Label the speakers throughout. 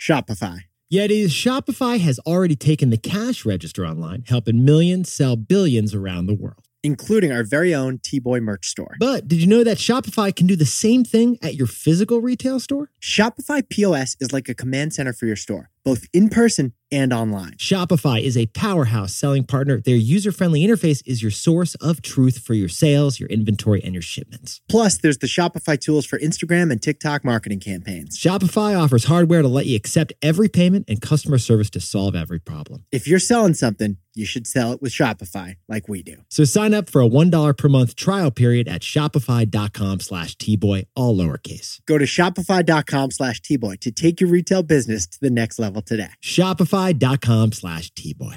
Speaker 1: Shopify.
Speaker 2: Yetis, Shopify has already taken the cash register online, helping millions sell billions around the world.
Speaker 1: including our very own T-Boy merch store.
Speaker 2: But did you know that Shopify can do the same thing at your physical retail store?
Speaker 1: Shopify POS is like a command center for your store, both in person and online.
Speaker 2: Shopify is a powerhouse selling partner. Their user friendly interface is your source of truth for your sales, your inventory, and your shipments.
Speaker 1: Plus, there's the Shopify tools for Instagram and TikTok marketing campaigns.
Speaker 2: Shopify offers hardware to let you accept every payment and customer service to solve every problem.
Speaker 1: If you're selling something, you should sell it with Shopify like we do.
Speaker 2: So sign up for a $1 per month trial period at shopify.com slash tboy, all lowercase.
Speaker 1: Go to shopify.com slash tboy to take your retail business to the next level today.
Speaker 2: Shopify.com slash tboy.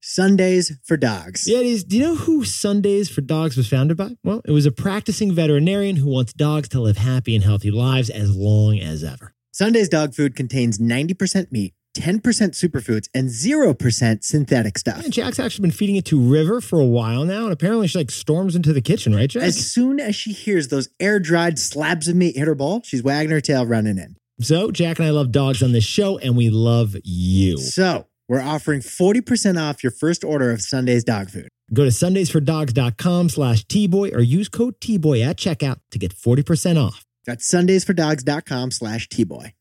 Speaker 1: Sundays for dogs.
Speaker 2: Yeah, it is. Do you know who Sundays for Dogs was founded by? Well, it was a practicing veterinarian who wants dogs to live happy and healthy lives as long as ever.
Speaker 1: Sunday's dog food contains 90% meat, 10% superfoods, and 0% synthetic stuff.
Speaker 2: And Jack's actually been feeding it to River for a while now, and apparently she like storms into the kitchen, right, Jack?
Speaker 1: As soon as she hears those air dried slabs of meat hit her bowl, she's wagging her tail running in.
Speaker 2: so Jack and I love dogs on this show, and we love you.
Speaker 1: So we're offering 40% off your first order of Sunday's dog food.
Speaker 2: Go to sundaysfordogs.com slash tboy or use code tboy at checkout to get 40% off.
Speaker 1: That's sundaysfordogs.com slash tboy.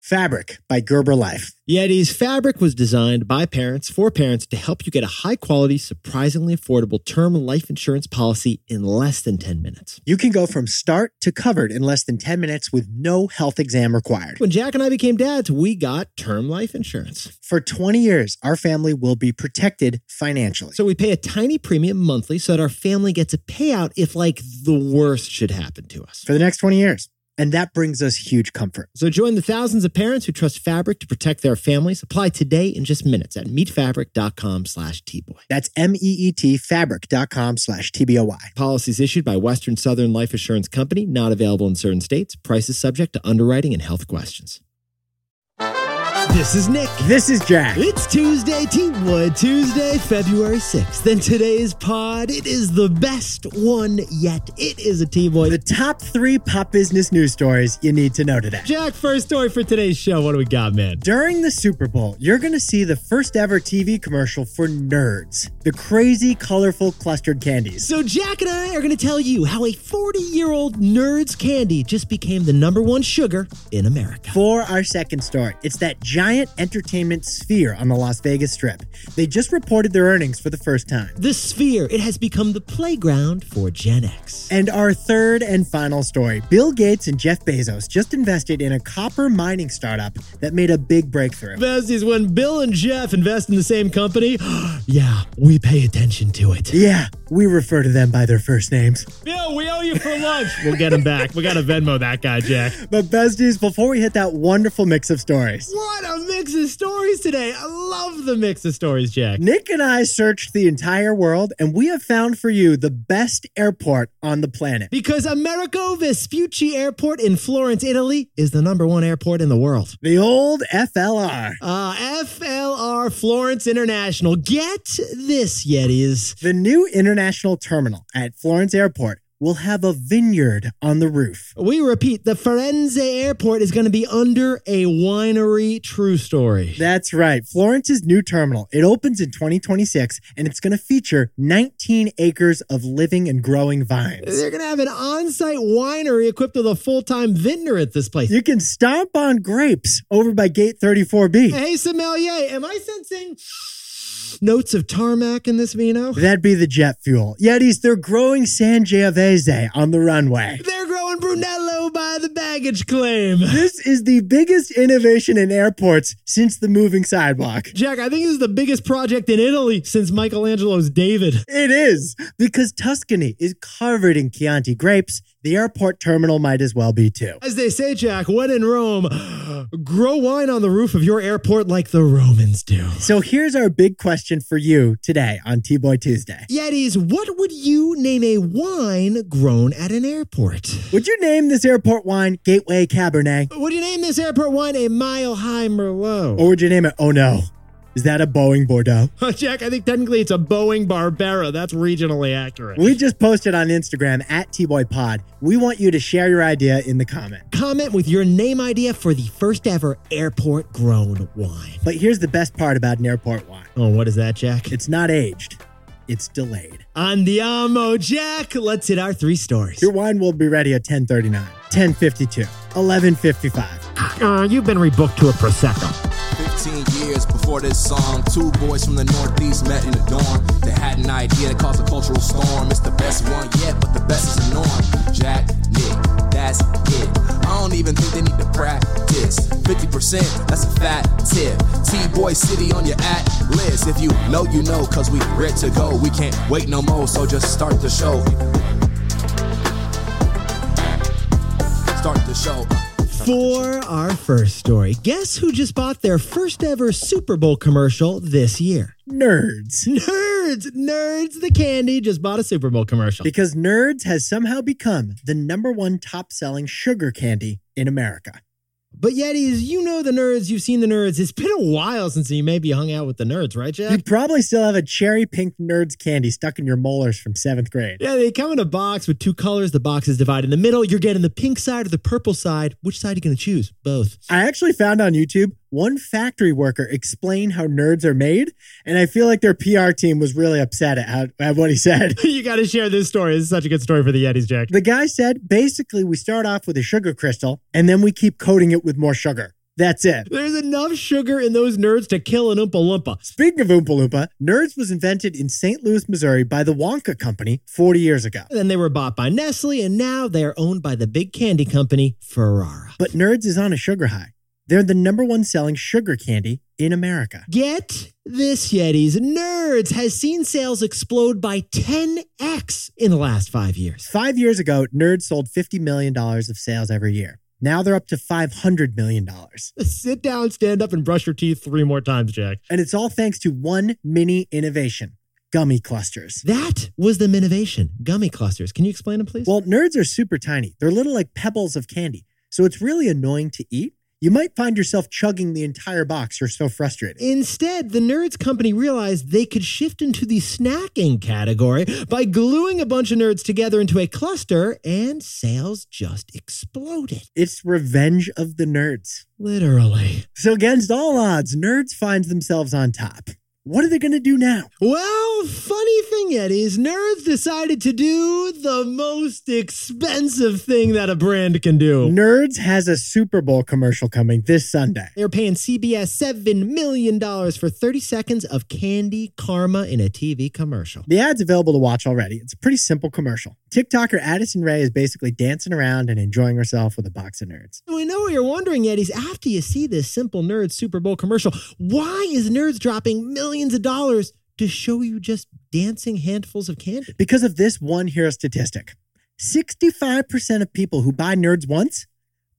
Speaker 1: Fabric by Gerber Life.
Speaker 2: Yeti's fabric was designed by parents for parents to help you get a high quality, surprisingly affordable term life insurance policy in less than 10 minutes.
Speaker 1: You can go from start to covered in less than 10 minutes with no health exam required.
Speaker 2: When Jack and I became dads, we got term life insurance.
Speaker 1: For 20 years, our family will be protected financially.
Speaker 2: So we pay a tiny premium monthly so that our family gets a payout if, like, the worst should happen to us.
Speaker 1: for the next 20 years. And that brings us huge comfort.
Speaker 2: So join the thousands of parents who trust Fabric to protect their families. Apply today in just minutes at meetfabric.com slash tboy.
Speaker 1: That's E M-E-E-T fabric.com slash T-B-O-Y.
Speaker 2: Policies issued by Western Southern Life Assurance Company, not available in certain states. Prices subject to underwriting and health questions. This is Nick.
Speaker 1: This is Jack.
Speaker 2: It's Tuesday, T Wood, Tuesday, February 6th. And today's pod, it is the best one yet. It is a T Boy.
Speaker 1: The top three pop business news stories you need to know today.
Speaker 2: Jack, first story for today's show. What do we got, man?
Speaker 1: During the Super Bowl, you're going to see the first ever TV commercial for Nerds, the crazy, colorful clustered candies.
Speaker 2: So, Jack and I are going to tell you how a 40 year old nerd's candy just became the number one sugar in America.
Speaker 1: For our second story, it's that giant entertainment sphere on the Las Vegas Strip. They just reported their earnings for the first time.
Speaker 2: The sphere, it has become the playground for Gen X.
Speaker 1: And our third and final story Bill Gates and Jeff Bezos just invested in a copper mining startup that made a big breakthrough.
Speaker 2: Besties, when Bill and Jeff invest in the same company, yeah, we pay attention to it.
Speaker 1: Yeah, we refer to them by their first names.
Speaker 2: Bill, we owe you for lunch. We'll get him back. We got to Venmo that guy, Jack.
Speaker 1: But, besties, before we hit that wonderful mix of stories,
Speaker 2: What a mix of stories today. I love the mix of stories, Jack.
Speaker 1: Nick and I searched the entire world and we have found for you the best airport on the planet.
Speaker 2: Because Americo Vespucci Airport in Florence, Italy is the number one airport in the world.
Speaker 1: The old FLR.
Speaker 2: Uh, FLR Florence International. Get this, Yetis.
Speaker 1: The new international terminal at Florence Airport will have a vineyard on the roof.
Speaker 2: We repeat, the Firenze Airport is going to be under a winery. True story.
Speaker 1: That's right, Florence's new terminal. It opens in 2026 and it's going to feature 19 acres of living and growing vines.
Speaker 2: They're going to have an on site winery equipped with a full time vintner at this place.
Speaker 1: You can stomp on grapes over by gate 34B.
Speaker 2: Hey, sommelier, am I sensing notes of tarmac in this vino?
Speaker 1: That'd be the jet fuel. Yetis, they're growing Sangiovese on the runway.
Speaker 2: They're growing Brunello by the baggage claim.
Speaker 1: This is the biggest innovation in airports since the moving sidewalk.
Speaker 2: Jack, I think this is the biggest project in Italy since Michelangelo's David.
Speaker 1: It is because Tuscany is covered in Chianti grapes. The airport terminal might as well be too.
Speaker 2: As they say, Jack, when in Rome, grow wine on the roof of your airport like the Romans do.
Speaker 1: So here's our big question for you today on T Boy Tuesday.
Speaker 2: Yetis, what would you name a wine grown at an airport?
Speaker 1: Would you name this airport wine Gateway Cabernet?
Speaker 2: Would you name this airport wine a mile high Merlot?
Speaker 1: Or would you name it Oh No? Is that a Boeing Bordeaux?
Speaker 2: Jack, I think technically it's a Boeing Barbera. That's regionally accurate.
Speaker 1: We just posted on Instagram at TBoyPod. We want you to share your idea in the comment.
Speaker 2: Comment with your name idea for the first ever airport grown wine.
Speaker 1: But here's the best part about an airport wine
Speaker 2: Oh, what is that, Jack?
Speaker 1: it's not aged, it's delayed.
Speaker 2: Andiamo, Jack. Let's hit our three stories.
Speaker 1: Your wine will be ready at 1039, 1052, 1155.
Speaker 2: Uh, you've been rebooked to a Prosecco.
Speaker 3: 15 years before this song, two boys from the Northeast met in the dorm. They had an idea that caused a cultural storm. It's the best one yet, but the best is the norm. Jack, Nick, that's it. I don't even think they need to practice. 50%, that's a fat tip. T-Boy City on your at list. If you know, you know, cause we ready to go. We can't wait no more, so just start the show. Start the show.
Speaker 2: For our first story, guess who just bought their first ever Super Bowl commercial this year?
Speaker 1: Nerds.
Speaker 2: Nerds! Nerds the Candy just bought a Super Bowl commercial.
Speaker 1: Because Nerds has somehow become the number one top selling sugar candy in America.
Speaker 2: But Yetis, you know the nerds, you've seen the nerds. It's been a while since you maybe hung out with the nerds, right,
Speaker 1: You
Speaker 2: Jack?
Speaker 1: probably still have a cherry pink Nerds candy stuck in your molars from seventh grade.
Speaker 2: Yeah, they come in a box with two colors. The box is divided in the middle. You're getting the pink side or the purple side. Which side are you going to choose? Both.
Speaker 1: I actually found on YouTube one factory worker explain how nerds are made, and I feel like their PR team was really upset at, how, at what he said.
Speaker 2: you got to share this story. This is such a good story for the Yetis, Jack.
Speaker 1: The guy said basically, we start off with a sugar crystal and then we keep coating it with more sugar. That's it.
Speaker 2: There's enough sugar in those nerds to kill an Oompa Loompa.
Speaker 1: Speaking of Oompa Loompa, Nerds was invented in St. Louis, Missouri by the Wonka Company 40 years ago.
Speaker 2: Then they were bought by Nestle, and now they are owned by the big candy company, Ferrara.
Speaker 1: But Nerds is on a sugar high. They're the number one selling sugar candy in America.
Speaker 2: Get this, Yetis. Nerds has seen sales explode by 10x in the last five years.
Speaker 1: Five years ago, Nerds sold $50 million of sales every year. Now they're up to $500 million.
Speaker 2: Sit down, stand up, and brush your teeth three more times, Jack.
Speaker 1: And it's all thanks to one mini innovation gummy clusters.
Speaker 2: That was the innovation. Gummy clusters. Can you explain them, please?
Speaker 1: Well, nerds are super tiny. They're little like pebbles of candy. So it's really annoying to eat. You might find yourself chugging the entire box. You're so frustrated.
Speaker 2: Instead, the Nerds company realized they could shift into the snacking category by gluing a bunch of nerds together into a cluster, and sales just exploded.
Speaker 1: It's revenge of the nerds.
Speaker 2: Literally.
Speaker 1: So, against all odds, nerds finds themselves on top. What are they going to do now?
Speaker 2: Well, funny thing, Eddie, is nerds decided to do the most expensive thing that a brand can do.
Speaker 1: Nerds has a Super Bowl commercial coming this Sunday.
Speaker 2: They're paying CBS $7 million for 30 seconds of candy karma in a TV commercial.
Speaker 1: The ad's available to watch already. It's a pretty simple commercial. TikToker Addison Ray is basically dancing around and enjoying herself with a box of nerds.
Speaker 2: We know what you're wondering, Eddies. After you see this simple Nerds Super Bowl commercial, why is Nerds dropping millions of dollars to show you just dancing handfuls of candy?
Speaker 1: Because of this one hero statistic 65% of people who buy nerds once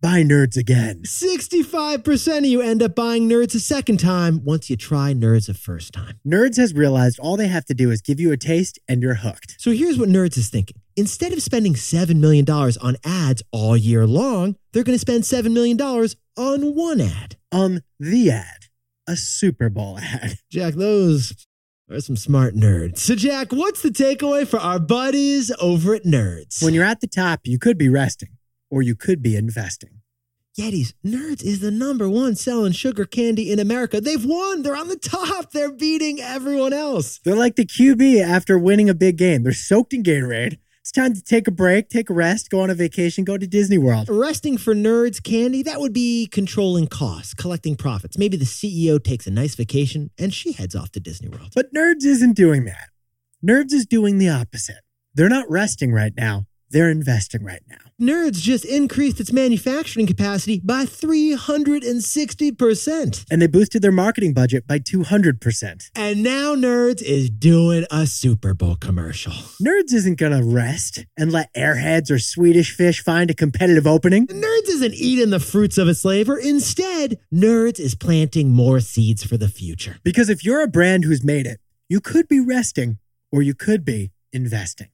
Speaker 1: buy nerds again.
Speaker 2: 65% of you end up buying Nerds a second time once you try Nerds a first time.
Speaker 1: Nerds has realized all they have to do is give you a taste and you're hooked.
Speaker 2: So here's what Nerds is thinking. Instead of spending $7 million on ads all year long, they're going to spend $7 million on one ad.
Speaker 1: On Um, the ad, a Super Bowl ad.
Speaker 2: Jack, those are some smart nerds. So, Jack, what's the takeaway for our buddies over at Nerds?
Speaker 1: When you're at the top, you could be resting or you could be investing.
Speaker 2: Yetis, Nerds is the number one selling sugar candy in America. They've won. They're on the top. They're beating everyone else.
Speaker 1: They're like the QB after winning a big game. They're soaked in Gatorade. It's time to take a break, take a rest, go on a vacation, go to Disney World.
Speaker 2: Arresting for Nerds candy, that would be controlling costs, collecting profits. Maybe the CEO takes a nice vacation and she heads off to Disney World.
Speaker 1: But Nerds isn't doing that. Nerds is doing the opposite. They're not resting right now, they're investing right now.
Speaker 2: Nerds just increased its manufacturing capacity by 360%.
Speaker 1: And they boosted their marketing budget by 200%.
Speaker 2: And now Nerds is doing a Super Bowl commercial.
Speaker 1: Nerds isn't going to rest and let airheads or Swedish fish find a competitive opening.
Speaker 2: Nerds isn't eating the fruits of its labor. Instead, Nerds is planting more seeds for the future.
Speaker 1: Because if you're a brand who's made it, you could be resting or you could be investing.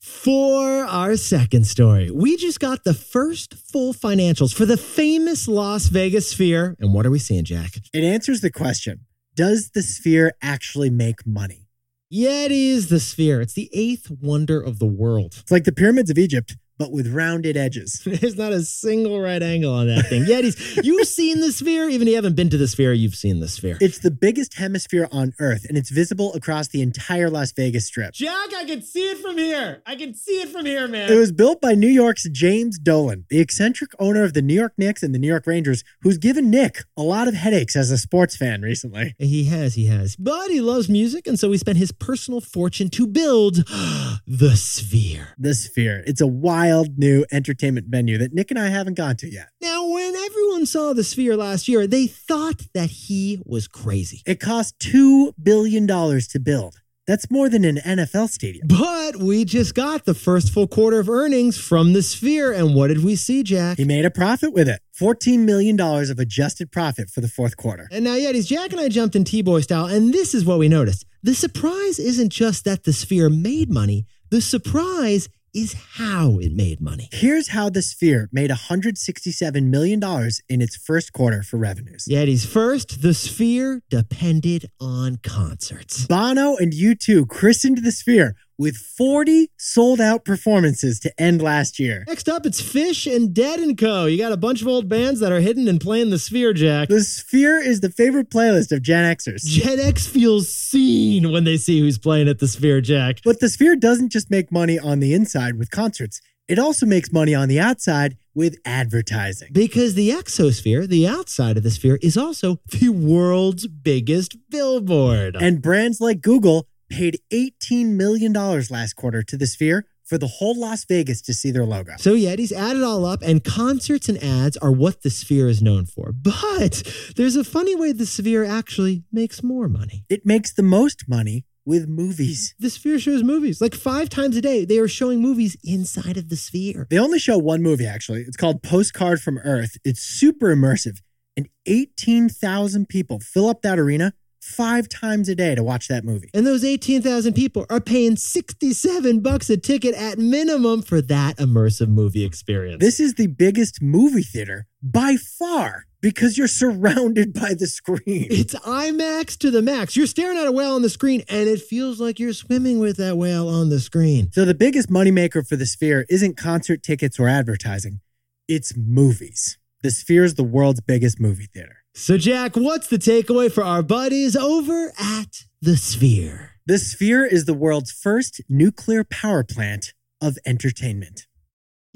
Speaker 2: For our second story, we just got the first full financials for the famous Las Vegas Sphere. And what are we seeing, Jack?
Speaker 1: It answers the question Does the sphere actually make money?
Speaker 2: Yeah, it is the Sphere. It's the eighth wonder of the world.
Speaker 1: It's like the pyramids of Egypt, but with rounded edges.
Speaker 2: There's not a single right angle on that thing. Yetis, you've seen the Sphere. Even if you haven't been to the Sphere, you've seen the Sphere.
Speaker 1: It's the biggest hemisphere on Earth, and it's visible across the entire Las Vegas Strip.
Speaker 2: Jack, I can see it from here. I can see it from here, man.
Speaker 1: It was built by New York's James Dolan, the eccentric owner of the New York Knicks and the New York Rangers, who's given Nick a lot of headaches as a sports fan recently.
Speaker 2: He has, he has. But he loves music, and so he spent his personal fortune to build the Sphere.
Speaker 1: The Sphere. It's a wild new entertainment venue that Nick and I haven't gone to yet.
Speaker 2: Now, when everyone saw the Sphere last year, they thought that he was crazy.
Speaker 1: It cost $2 billion to build. That's more than an NFL stadium.
Speaker 2: But we just got the first full quarter of earnings from the Sphere, and what did we see, Jack?
Speaker 1: He made a profit with it $14 million of adjusted profit for the fourth quarter.
Speaker 2: And now, Yetis, Jack and I jumped in T Boy style, and this is what we noticed. The surprise isn't just that the Sphere made money, the surprise is how it made money.
Speaker 1: Here's how the Sphere made $167 million in its first quarter for revenues.
Speaker 2: Yetis, first, the Sphere depended on concerts.
Speaker 1: Bono and U2 christened the Sphere with 40 sold out performances to end last year.
Speaker 2: Next up, it's Fish and Dead and Co. You got a bunch of old bands that are hidden and playing the Sphere, Jack.
Speaker 1: The Sphere is the favorite playlist of Gen Xers.
Speaker 2: Gen X feels seen when they see who's playing at the Sphere, Jack.
Speaker 1: But the Sphere doesn't just make money on the inside with concerts, it also makes money on the outside with advertising.
Speaker 2: Because the exosphere, the outside of the sphere, is also the world's biggest billboard.
Speaker 1: And brands like Google paid $18 million last quarter to the Sphere for the whole Las Vegas to see their logo.
Speaker 2: So Yetis add it all up, and concerts and ads are what the Sphere is known for. But there's a funny way the Sphere actually makes more money.
Speaker 1: It makes the most money with movies.
Speaker 2: The Sphere shows movies like five times a day. They are showing movies inside of the Sphere.
Speaker 1: They only show one movie, actually. It's called Postcard from Earth. It's super immersive, and 18,000 people fill up that arena five times a day to watch that movie.
Speaker 2: And those 18,000 people are paying 67 bucks a ticket at minimum for that immersive movie experience.
Speaker 1: This is the biggest movie theater by far because you're surrounded by the screen.
Speaker 2: It's IMAX to the max. You're staring at a whale on the screen, and it feels like you're swimming with that whale on the screen.
Speaker 1: So, the biggest moneymaker for the Sphere isn't concert tickets or advertising, it's movies. The Sphere is the world's biggest movie theater.
Speaker 2: So, Jack, what's the takeaway for our buddies over at the Sphere?
Speaker 1: The Sphere is the world's first nuclear power plant of entertainment.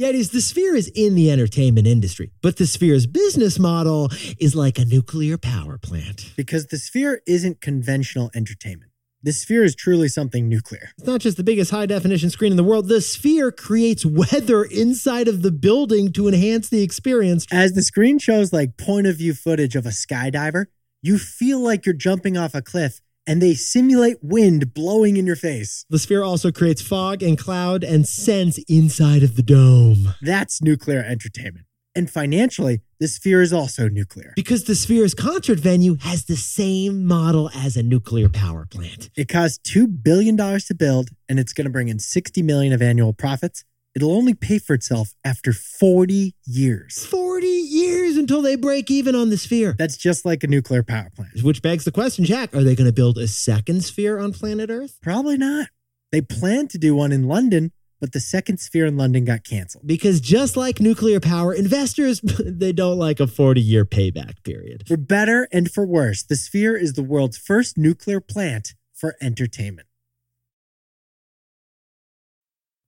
Speaker 2: Yetis, the Sphere is in the entertainment industry, but the Sphere's business model is like a nuclear power plant.
Speaker 1: Because the Sphere isn't conventional entertainment. The Sphere is truly something nuclear.
Speaker 2: It's not just the biggest high definition screen in the world, the Sphere creates weather inside of the building to enhance the experience.
Speaker 1: As the screen shows like point of view footage of a skydiver, you feel like you're jumping off a cliff and they simulate wind blowing in your face.
Speaker 2: The Sphere also creates fog and cloud and scents inside of the dome.
Speaker 1: That's nuclear entertainment. And financially, the sphere is also nuclear.
Speaker 2: Because the Sphere's concert venue has the same model as a nuclear power plant.
Speaker 1: It cost $2 billion to build, and it's going to bring in 60 million of annual profits. It'll only pay for itself after 40 years.
Speaker 2: 40 years until they break even on the Sphere.
Speaker 1: That's just like a nuclear power plant.
Speaker 2: Which begs the question, Jack, are they going to build a second sphere on planet Earth?
Speaker 1: Probably not. They plan to do one in London, but the second sphere in London got canceled.
Speaker 2: Because just like nuclear power, investors they don't like a 40-year payback period.
Speaker 1: For better and for worse, the sphere is the world's first nuclear plant for entertainment.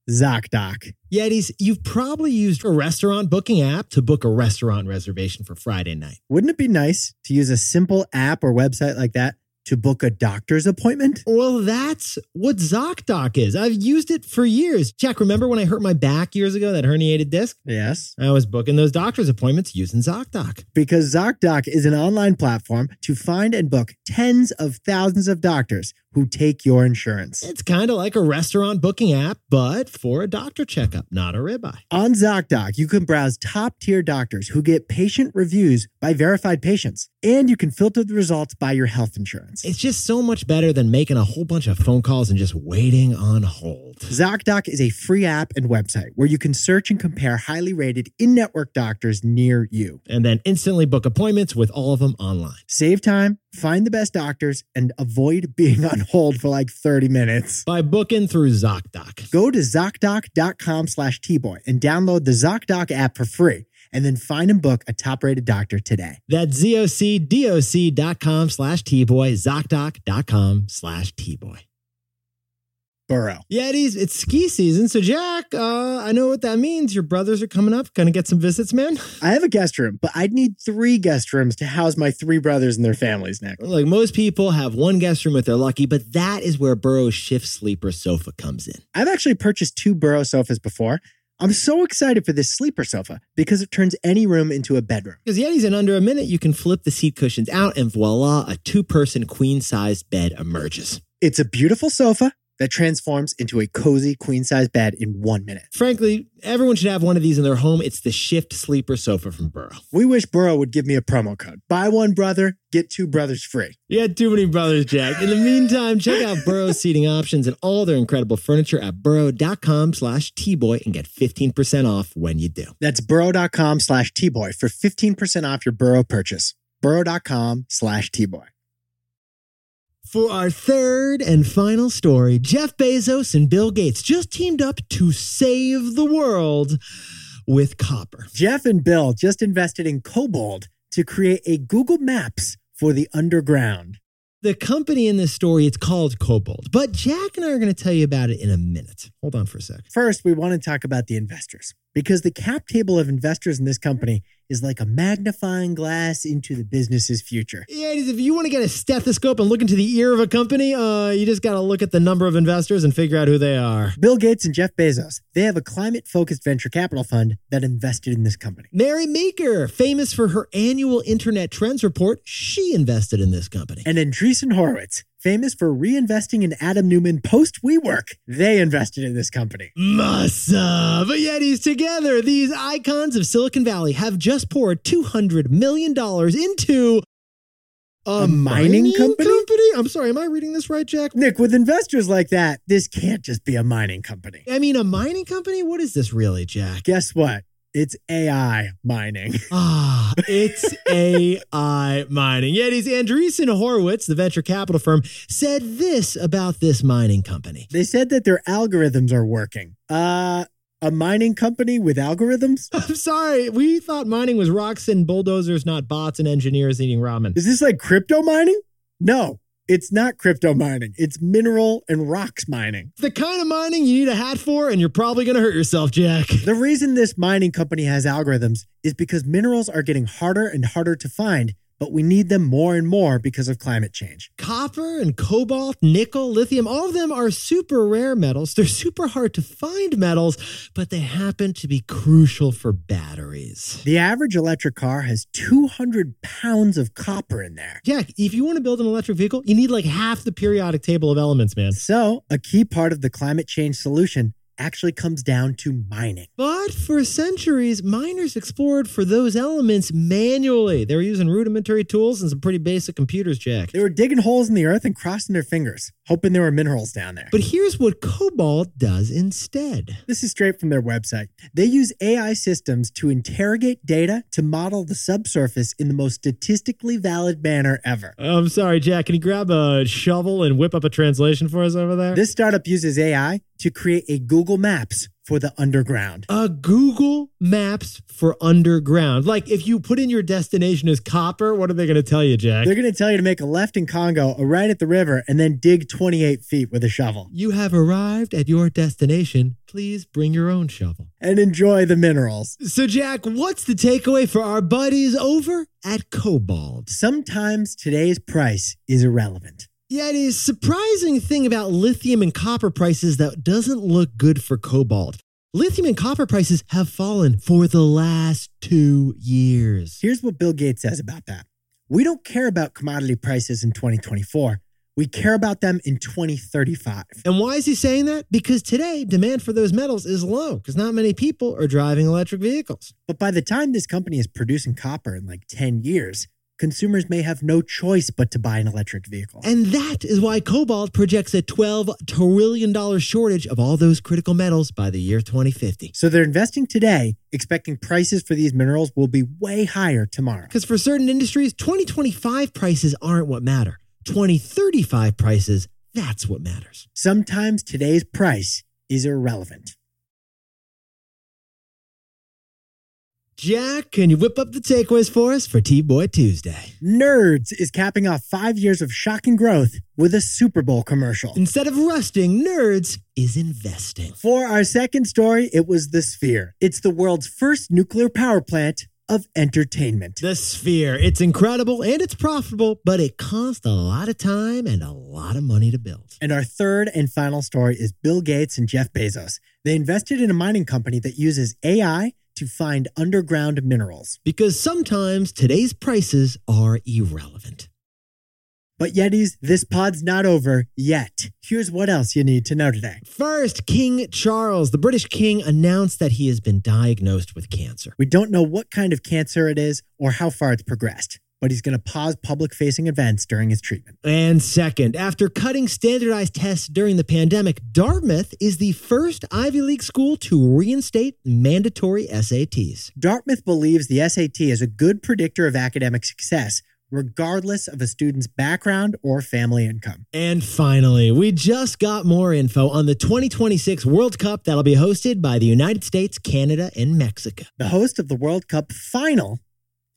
Speaker 1: ZocDoc.
Speaker 2: Yetis, you've probably used a restaurant booking app to book a restaurant reservation for Friday night.
Speaker 1: Wouldn't it be nice to use a simple app or website like that to book a doctor's appointment?
Speaker 2: Well, that's what ZocDoc is. I've used it for years. Jack, remember when I hurt my back years ago, that herniated disc?
Speaker 1: Yes.
Speaker 2: I was booking those doctor's appointments using ZocDoc.
Speaker 1: Because ZocDoc is an online platform to find and book tens of thousands of doctors who take your insurance.
Speaker 2: It's kind of like a restaurant booking app, but for a doctor checkup, not a ribeye.
Speaker 1: On ZocDoc, you can browse top tier doctors who get patient reviews by verified patients, and you can filter the results by your health insurance. sense.
Speaker 2: It's just so much better than making a whole bunch of phone calls and just waiting on hold.
Speaker 1: ZocDoc is a free app and website where you can search and compare highly rated in network doctors near you.
Speaker 2: And then instantly book appointments with all of them online.
Speaker 1: Save time, find the best doctors, and avoid being on hold for like 30 minutes.
Speaker 2: By booking through ZocDoc.
Speaker 1: Go to ZocDoc.com slash tboy and download the ZocDoc app for free, and then find and book a top-rated doctor today.
Speaker 2: That's zocdoc.com slash tboy, zocdoc.com slash tboy.
Speaker 1: Burrow.
Speaker 2: Yeah, it is. It's ski season. So, Jack, uh, I know what that means. Your brothers are coming up. Gonna get some visits, man.
Speaker 1: I have a guest room, but I'd need three guest rooms to house my three brothers and their families, Nick.
Speaker 2: Like most people have one guest room if they're lucky, but that is where Burrow's shift sleeper sofa comes in.
Speaker 1: I've actually purchased two Burrow sofas before. I'm so excited for this sleeper sofa because it turns any room into a bedroom.
Speaker 2: Because Yetis, in under a minute, you can flip the seat cushions out, and voila, a two person queen sized bed emerges.
Speaker 1: It's a beautiful sofa that transforms into a cozy queen size bed in one minute.
Speaker 2: Frankly, everyone should have one of these in their home. It's the shift sleeper sofa from Burrow.
Speaker 1: We wish Burrow would give me a promo code. Buy one brother, get two brothers free.
Speaker 2: You had too many brothers, Jack. In the meantime, check out Burrow's seating options and all their incredible furniture at burrow.com slash tboy and get 15% off when you do.
Speaker 1: That's burrow.com slash tboy for 15% off your Burrow purchase. burrow.com slash tboy.
Speaker 2: For our third and final story, Jeff Bezos and Bill Gates just teamed up to save the world with copper.
Speaker 1: Jeff and Bill just invested in Kobold to create a Google Maps for the underground.
Speaker 2: The company in this story, it's called Kobold, but Jack and I are going to tell you about it in a minute. Hold on for a sec.
Speaker 1: First, we want to talk about the investors because the cap table of investors in this company is like a magnifying glass into the business's future.
Speaker 2: Yeah, it is. if you want to get a stethoscope and look into the ear of a company, uh, you just got to look at the number of investors and figure out who they are.
Speaker 1: Bill Gates and Jeff Bezos, they have a climate focused venture capital fund that invested in this company.
Speaker 2: Mary Maker, famous for her annual internet trends report, she invested in this company.
Speaker 1: And Andreessen Horowitz, famous for reinvesting in Adam Newman post WeWork, they invested in this company.
Speaker 2: Massa! But Yetis together, these icons of Silicon Valley have just poured $200 million into a,
Speaker 1: A mining company?
Speaker 2: I'm sorry, am I reading this right, Jack?
Speaker 1: Nick, with investors like that, this can't just be a mining company.
Speaker 2: I mean, a mining company? What is this really, Jack?
Speaker 1: Guess what? It's AI mining.
Speaker 2: Ah, it's AI mining. Yetis Andreessen Horowitz, the venture capital firm, said this about this mining company.
Speaker 1: They said that their algorithms are working. Uh, a mining company with algorithms?
Speaker 2: I'm sorry, we thought mining was rocks and bulldozers, not bots and engineers eating ramen.
Speaker 1: Is this like crypto mining? No, it's not crypto mining. It's mineral and rocks mining.
Speaker 2: It's the kind of mining you need a hat for, and you're probably going to hurt yourself, Jack.
Speaker 1: The reason this mining company has algorithms is because minerals are getting harder and harder to find, but we need them more and more because of climate change.
Speaker 2: Copper and cobalt, nickel, lithium, all of them are super rare metals. They're super hard to find metals, but they happen to be crucial for batteries.
Speaker 1: The average electric car has 200 pounds of copper in there.
Speaker 2: Jack, if you want to build an electric vehicle, you need like half the periodic table of elements, man.
Speaker 1: So, a key part of the climate change solution actually comes down to mining.
Speaker 2: But for centuries, miners explored for those elements manually. They were using rudimentary tools and some pretty basic computers, Jack.
Speaker 1: They were digging holes in the earth and crossing their fingers, hoping there were minerals down there.
Speaker 2: But here's what cobalt does instead.
Speaker 1: This is straight from their website. They use AI systems to interrogate data to model the subsurface in the most statistically valid manner ever.
Speaker 2: I'm sorry, Jack. Can you grab a shovel and whip up a translation for us over there?
Speaker 1: This startup uses AI to create a Google Maps for the underground.
Speaker 2: a Google Maps for underground. Like if you put in your destination as copper, what are they going to tell you, Jack?
Speaker 1: They're going to tell you to make a left in Congo, a right at the river, and then dig 28 feet with a shovel
Speaker 2: you have arrived at your destination. Please bring your own shovel.
Speaker 1: and enjoy the minerals.
Speaker 2: So, Jack, what's the takeaway for our buddies over at Cobalt?
Speaker 1: Sometimes today's price is irrelevant.
Speaker 2: Yeah, it is surprising thing about lithium and copper prices that doesn't look good for cobalt. Lithium and copper prices have fallen for the last two years.
Speaker 1: Here's what Bill Gates says about that We don't care about commodity prices in 2024, we care about them in 2035.
Speaker 2: And why is he saying that? Because today, demand for those metals is low because not many people are driving electric vehicles.
Speaker 1: But by the time this company is producing copper in like 10 years, consumers may have no choice but to buy an electric vehicle.
Speaker 2: And that is why Cobalt projects a $12 trillion shortage of all those critical metals by the year 2050.
Speaker 1: so they're investing today, expecting prices for these minerals will be way higher tomorrow.
Speaker 2: Because for certain industries, 2025 prices aren't what matter. 2035 prices, that's what matters.
Speaker 1: Sometimes today's price is irrelevant.
Speaker 2: Jack, can you whip up the takeaways for us for T Boy Tuesday?
Speaker 1: Nerds is capping off five years of shocking growth with a Super Bowl commercial.
Speaker 2: Instead of rusting, nerds is investing.
Speaker 1: For our second story, it was the Sphere. It's the world's first nuclear power plant of entertainment.
Speaker 2: The Sphere. It's incredible and it's profitable, but it costs a lot of time and a lot of money to build.
Speaker 1: And our third and final story is Bill Gates and Jeff Bezos. They invested in a mining company that uses AI to find underground minerals.
Speaker 2: Because sometimes today's prices are irrelevant.
Speaker 1: But Yetis, this pod's not over yet. Here's what else you need to know today.
Speaker 2: First, King Charles, the British king, announced that he has been diagnosed with cancer.
Speaker 1: We don't know what kind of cancer it is or how far it's progressed, but he's going to pause public facing events during his treatment.
Speaker 2: And second, after cutting standardized tests during the pandemic, Dartmouth is the first Ivy League school to reinstate mandatory SATs.
Speaker 1: Dartmouth believes the SAT is a good predictor of academic success, regardless of a student's background or family income.
Speaker 2: And finally, we just got more info on the 2026 World Cup that'll be hosted by the United States, Canada, and Mexico.
Speaker 1: The host of the World Cup final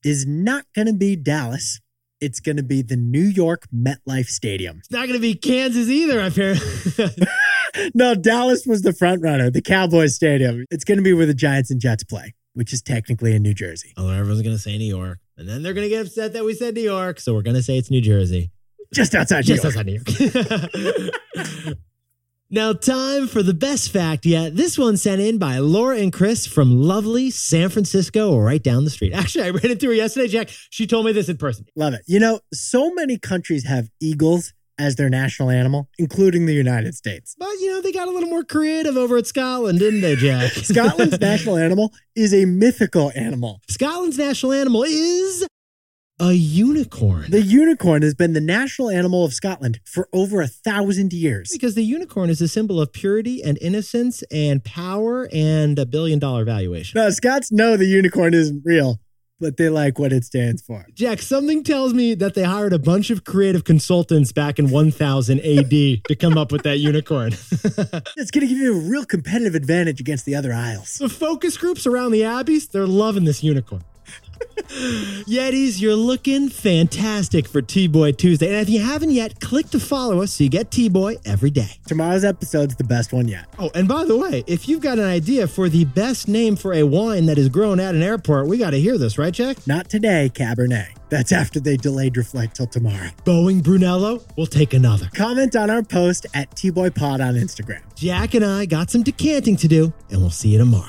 Speaker 1: is not going to be Dallas. It's going to be the New York MetLife Stadium.
Speaker 2: It's not going to be Kansas either, apparently.
Speaker 1: No, Dallas was the front runner, the Cowboys Stadium. It's going to be where the Giants and Jets play, which is technically in New Jersey.
Speaker 2: Although everyone's going to say New York. And then they're going to get upset that we said New York. So we're going to say it's New Jersey.
Speaker 1: Just outside New
Speaker 2: Just
Speaker 1: York.
Speaker 2: outside New York. now, time for the best fact yet. This one sent in by Laura and Chris from lovely San Francisco, right down the street. Actually, I ran into her yesterday, Jack. She told me this in person.
Speaker 1: Love it. You know, so many countries have eagles as their national animal, including the United States.
Speaker 2: But, you know, they got a little more creative over at Scotland, didn't they, Jack?
Speaker 1: Scotland's national animal is a mythical animal.
Speaker 2: Scotland's national animal is a unicorn.
Speaker 1: The unicorn has been the national animal of Scotland for over a thousand years.
Speaker 2: because the unicorn is a symbol of purity and innocence and power and a billion dollar valuation.
Speaker 1: Now, Scots know the unicorn isn't real, but they like what it stands for.
Speaker 2: Jack, something tells me that they hired a bunch of creative consultants back in 1000 AD to come up with that unicorn.
Speaker 1: It's going to give you a real competitive advantage against the other Isles.
Speaker 2: the focus groups around the abbeys, they're loving this unicorn. Yetis, you're looking fantastic for T Boy Tuesday. And if you haven't yet, click to follow us so you get T Boy every day.
Speaker 1: Tomorrow's episode's the best one yet.
Speaker 2: Oh, and by the way, if you've got an idea for the best name for a wine that is grown at an airport, we got to hear this, right, Jack?
Speaker 1: Not today, Cabernet. That's after they delayed your flight till tomorrow.
Speaker 2: Boeing Brunello, we'll take another.
Speaker 1: Comment on our post at TBoyPod on Instagram.
Speaker 2: Jack and I got some decanting to do, and we'll see you tomorrow.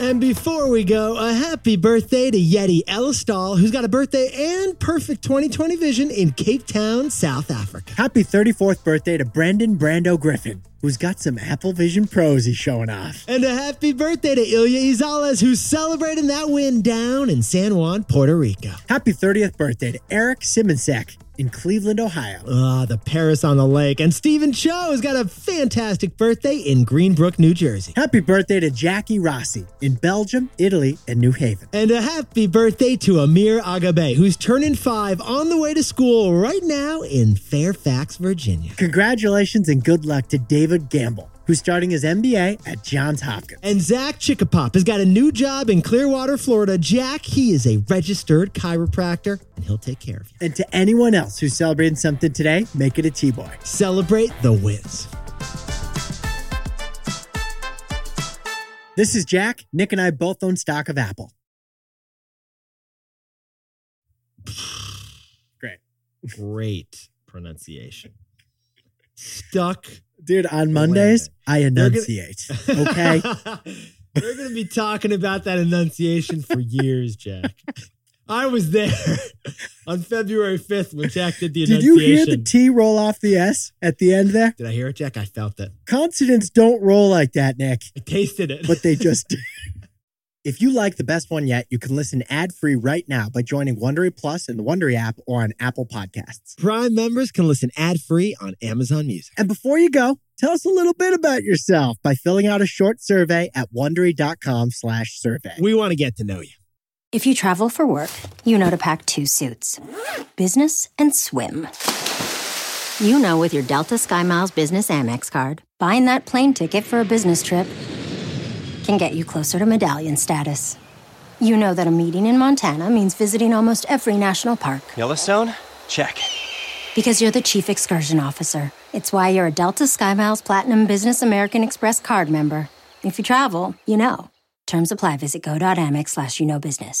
Speaker 2: And before we go, a happy birthday to Yeti Ellistal, who's got a birthday and perfect 2020 vision in Cape Town, South Africa.
Speaker 1: Happy 34th birthday to Brendan Brando Griffin, who's got some Apple Vision Pros he's showing off.
Speaker 2: And a happy birthday to Ilya Izales, who's celebrating that win down in San Juan, Puerto Rico.
Speaker 1: Happy 30th birthday to Eric Simonsek in Cleveland, Ohio.
Speaker 2: Ah, the Paris on the Lake. And Stephen Cho has got a fantastic birthday in Greenbrook, New Jersey.
Speaker 1: Happy birthday to Jackie Rossi in Belgium, Italy, and New Haven.
Speaker 2: And a happy birthday to Amir Agabe, who's turning five on the way to school right now in Fairfax, Virginia.
Speaker 1: Congratulations and good luck to David Gamble, who's starting his MBA at Johns Hopkins.
Speaker 2: And Zach Chickapop has got a new job in Clearwater, Florida. Jack, he is a registered chiropractor, and he'll take care of you.
Speaker 1: And to anyone else who's celebrating something today, make it a T Boy.
Speaker 2: Celebrate the wins.
Speaker 1: This is Jack. Nick and I both own stock of Apple. Great.
Speaker 2: Great pronunciation. Stuck.
Speaker 1: Dude, on Mondays, I
Speaker 2: gonna-
Speaker 1: enunciate. Okay.
Speaker 2: We're going to be talking about that enunciation for years, Jack. I was there on February 5th when Jack did the
Speaker 1: Did you hear
Speaker 2: enunciation.
Speaker 1: the T roll off the S at the end there?
Speaker 2: did I hear it, Jack? I felt it.
Speaker 1: Consonants don't roll like that, Nick,
Speaker 2: I tasted it.
Speaker 1: but they just do. If you like the best one yet, you can listen ad free right now by joining Wondery Plus in the Wondery app or on Apple Podcasts.
Speaker 2: Prime members can listen ad free on Amazon Music.
Speaker 1: And before you go, tell us a little bit about yourself by filling out a short survey at wondery.com/slash survey.
Speaker 2: We want to get to know you.
Speaker 4: If you travel for work, you know to pack two suits business and swim. You know, with your Delta SkyMiles Business Amex card, buying that plane ticket for a business trip can get you closer to medallion status. You know that a meeting in Montana means visiting almost every national park
Speaker 5: Yellowstone? Check.
Speaker 4: because you're the chief excursion officer. It's why you're a Delta SkyMiles Platinum Business American Express card member. If you travel, you know. Terms apply. Visit go.amex slash you know business.